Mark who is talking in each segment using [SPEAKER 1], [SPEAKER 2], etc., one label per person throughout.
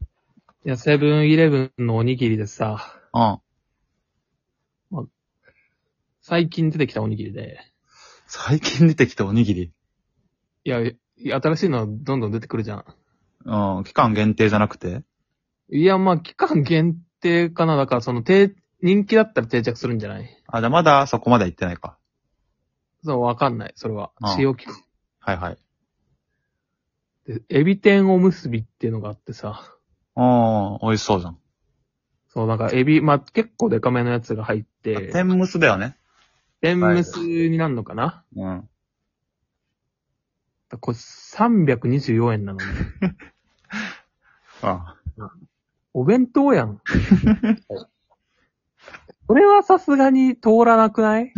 [SPEAKER 1] いや、セブンイレブンのおにぎりでさ、
[SPEAKER 2] うん。
[SPEAKER 1] 最近出てきたおにぎりで、
[SPEAKER 2] 最近出てきたおにぎり。
[SPEAKER 1] いや、いや新しいのはどんどん出てくるじゃん。
[SPEAKER 2] うん。期間限定じゃなくて
[SPEAKER 1] いや、まあ、期間限定かな。だから、その、定、人気だったら定着するんじゃない
[SPEAKER 2] あ、じゃあまだそこまで行ってないか。
[SPEAKER 1] そう、わかんない。それは
[SPEAKER 2] ああ。
[SPEAKER 1] 使用期間。
[SPEAKER 2] はいはい。
[SPEAKER 1] で、エビ天おむすびっていうのがあってさ、
[SPEAKER 2] うん。美味しそうじゃん。
[SPEAKER 1] そう、なんか、エビ、まあ、結構デカめのやつが入って、
[SPEAKER 2] 天むすだよね。
[SPEAKER 1] 天むすになるのかな、
[SPEAKER 2] うん。
[SPEAKER 1] これ324円なのに。
[SPEAKER 2] あ
[SPEAKER 1] お弁当や ん。これはさすがに通らなくない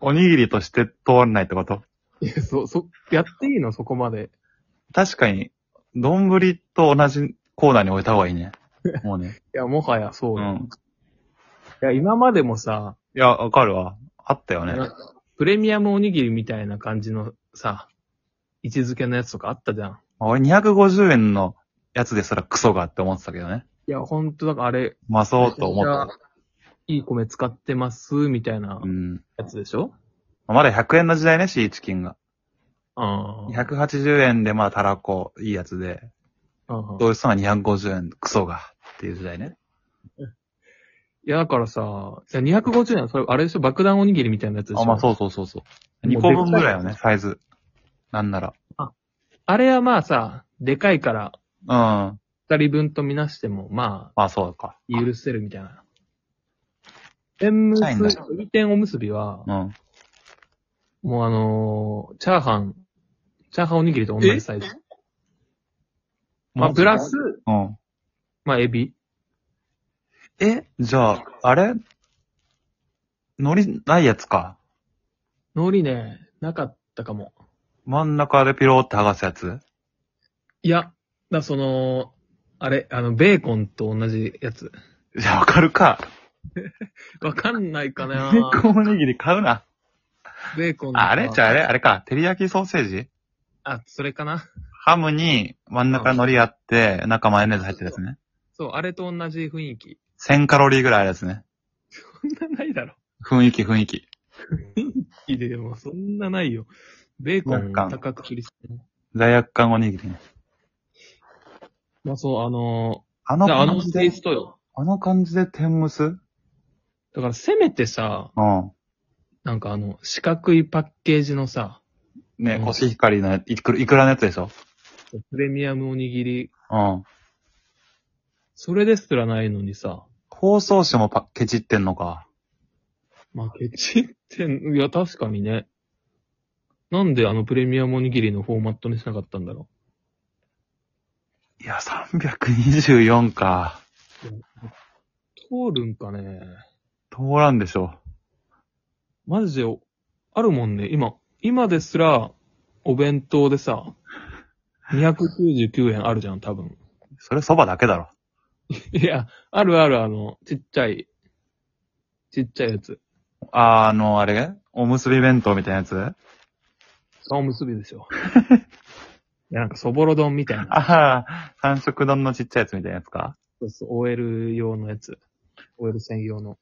[SPEAKER 2] おにぎりとして通らないってこと
[SPEAKER 1] いや、 そ、そ、やっていいのそこまで。
[SPEAKER 2] 確かに、丼と同じコーナーに置いた方がいいね。もうね。
[SPEAKER 1] いや、もはや そうう。い
[SPEAKER 2] ん。
[SPEAKER 1] や、今までもさ、
[SPEAKER 2] いや、わかるわ。あったよね。
[SPEAKER 1] なんかプレミアムおにぎりみたいな感じのさ、位置づけのやつとかあったじゃん。
[SPEAKER 2] 俺250円のやつですらクソがって思ってたけどね。
[SPEAKER 1] いや、ほんと、だからあれ、
[SPEAKER 2] うまそうと思った。
[SPEAKER 1] いい米使ってます、みたいな
[SPEAKER 2] うん。
[SPEAKER 1] やつでしょ
[SPEAKER 2] まだ100円の時代ね、シーチキンが。
[SPEAKER 1] ああ。
[SPEAKER 2] 180円でまあたらこ、いいやつで、
[SPEAKER 1] うん
[SPEAKER 2] どうしそうな250円、クソが、っていう時代ね。
[SPEAKER 1] いや、だからさ、じゃあ250円、それ、あれでしょ爆弾おにぎりみたいなやつでしょ
[SPEAKER 2] あ、まあそうそうそうそう。
[SPEAKER 1] も
[SPEAKER 2] 2
[SPEAKER 1] う
[SPEAKER 2] 個分ぐらいよ
[SPEAKER 1] で
[SPEAKER 2] ね、サイズ。なんなら。
[SPEAKER 1] あれはまあさ、でかいから、
[SPEAKER 2] うん。ま
[SPEAKER 1] 二人分とみなしても、ま
[SPEAKER 2] あそうか。
[SPEAKER 1] あ、許せるみたいな。天むす
[SPEAKER 2] ちっちゃいんだ、
[SPEAKER 1] エビ天おむすびは、
[SPEAKER 2] うん。
[SPEAKER 1] もうあのーチャーハン、チャーハンおにぎりと同じサイズ。まあ、プラス。、
[SPEAKER 2] うん。
[SPEAKER 1] まあ、エビ。
[SPEAKER 2] え、じゃあ、あれ海苔ないやつか。
[SPEAKER 1] 海苔ね、なかったかも。
[SPEAKER 2] 真ん中でピローって剥がすやつ
[SPEAKER 1] いや、だ、その、あれ、あの、ベーコンと同じやつ。
[SPEAKER 2] いや、わかるか。
[SPEAKER 1] わかんないか
[SPEAKER 2] ベ
[SPEAKER 1] な
[SPEAKER 2] ーコンおにぎり買うな。
[SPEAKER 1] ベーコンとか
[SPEAKER 2] ああれじゃああれあれか。照り焼きソーセージ
[SPEAKER 1] あ、それかな。
[SPEAKER 2] ハムに真ん中海苔あって、中マヨネーズ入ってるやつね。
[SPEAKER 1] そう、あれと同じ雰囲気。
[SPEAKER 2] 1000カロリーぐらいあるやつね。
[SPEAKER 1] そんなないだろ。
[SPEAKER 2] 雰囲気雰囲気。
[SPEAKER 1] いいで、でもそんなないよ。ベーコン
[SPEAKER 2] なんか
[SPEAKER 1] 高く切りすぎ
[SPEAKER 2] 罪悪感おにぎりね。
[SPEAKER 1] まあそう、あの
[SPEAKER 2] あ
[SPEAKER 1] ー
[SPEAKER 2] の
[SPEAKER 1] だからあ
[SPEAKER 2] 感
[SPEAKER 1] の
[SPEAKER 2] じ
[SPEAKER 1] テイ
[SPEAKER 2] で、
[SPEAKER 1] ストよ。
[SPEAKER 2] あの感じで天むすうん。
[SPEAKER 1] だからせめてさ、なんかあの、四角いパッケージのさ、
[SPEAKER 2] ね
[SPEAKER 1] う、ん
[SPEAKER 2] コシヒカリのいくらいくらのやつでしょ
[SPEAKER 1] プレミアムおにぎり、
[SPEAKER 2] うん。
[SPEAKER 1] それですらないのにさ、
[SPEAKER 2] 包装紙もパケチってんのか。
[SPEAKER 1] まあケチって、いや確かにね。なんであのプレミアムおにぎりのフォーマットにしなかったんだろ
[SPEAKER 2] いや、324か。
[SPEAKER 1] う。通るんかね。
[SPEAKER 2] 通らんでしょ。
[SPEAKER 1] マジで、あるもんね。今、今ですら、お弁当でさ、299円あるじゃん、多分。
[SPEAKER 2] それ蕎麦だけだろ。
[SPEAKER 1] いや、あるある、あの、ちっちゃい、ちっちゃいやつ。
[SPEAKER 2] あー、あの、あれおむすび弁当みたいなやつあ
[SPEAKER 1] おむすびでしょ。いや、なんか、そぼろ丼みたいな。
[SPEAKER 2] あー、三色丼のちっちゃいやつみたいなやつか
[SPEAKER 1] そうそう、OL 用のやつ。OL 専用の。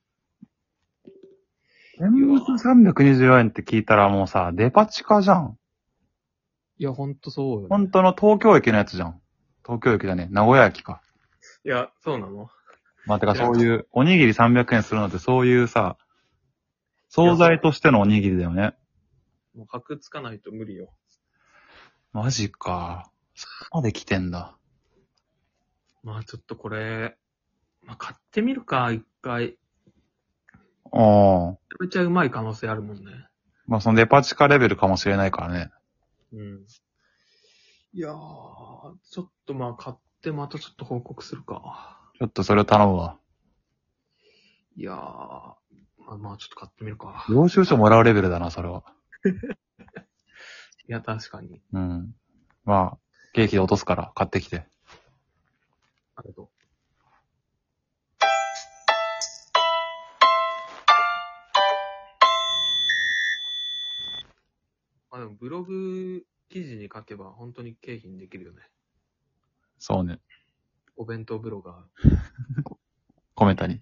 [SPEAKER 2] 天むす324円って聞いたらもうさ、デパ地下じゃん。
[SPEAKER 1] いや、ほんとそうよ、
[SPEAKER 2] 本当の東京駅のやつじゃん。東京駅だね。名古屋駅か。
[SPEAKER 1] いや、そうなの
[SPEAKER 2] まあ、てか
[SPEAKER 1] 知ら
[SPEAKER 2] そ
[SPEAKER 1] ん
[SPEAKER 2] ういう、おにぎり300円するのってそういうさ、惣菜としてのおにぎりだよね。
[SPEAKER 1] もう、箔つかないと無理よ。
[SPEAKER 2] マジか。そこまで来てんだ。
[SPEAKER 1] まあ、ちょっとこれ、まあ、買ってみるか、一回。めち
[SPEAKER 2] ああ。
[SPEAKER 1] ゃめちゃうまい可能性あるもんね。
[SPEAKER 2] まあ、そのデパ地下レベルかもしれないからね。
[SPEAKER 1] うん。いやー、ちょっとまあ、買ってまたちょっと報告するか。
[SPEAKER 2] ちょっとそれを頼むわ。
[SPEAKER 1] いやー、まあまあ、ちょっと買ってみるか。
[SPEAKER 2] 領収書もらうレベルだな、それは。
[SPEAKER 1] いや、確かに。
[SPEAKER 2] うん。まあ、ケーキで落とすから買ってきて。
[SPEAKER 1] ありがとう。あ、でもブログ記事に書けば本当に景品できるよね。
[SPEAKER 2] そうね。
[SPEAKER 1] お弁当ブロガー。
[SPEAKER 2] コメントに。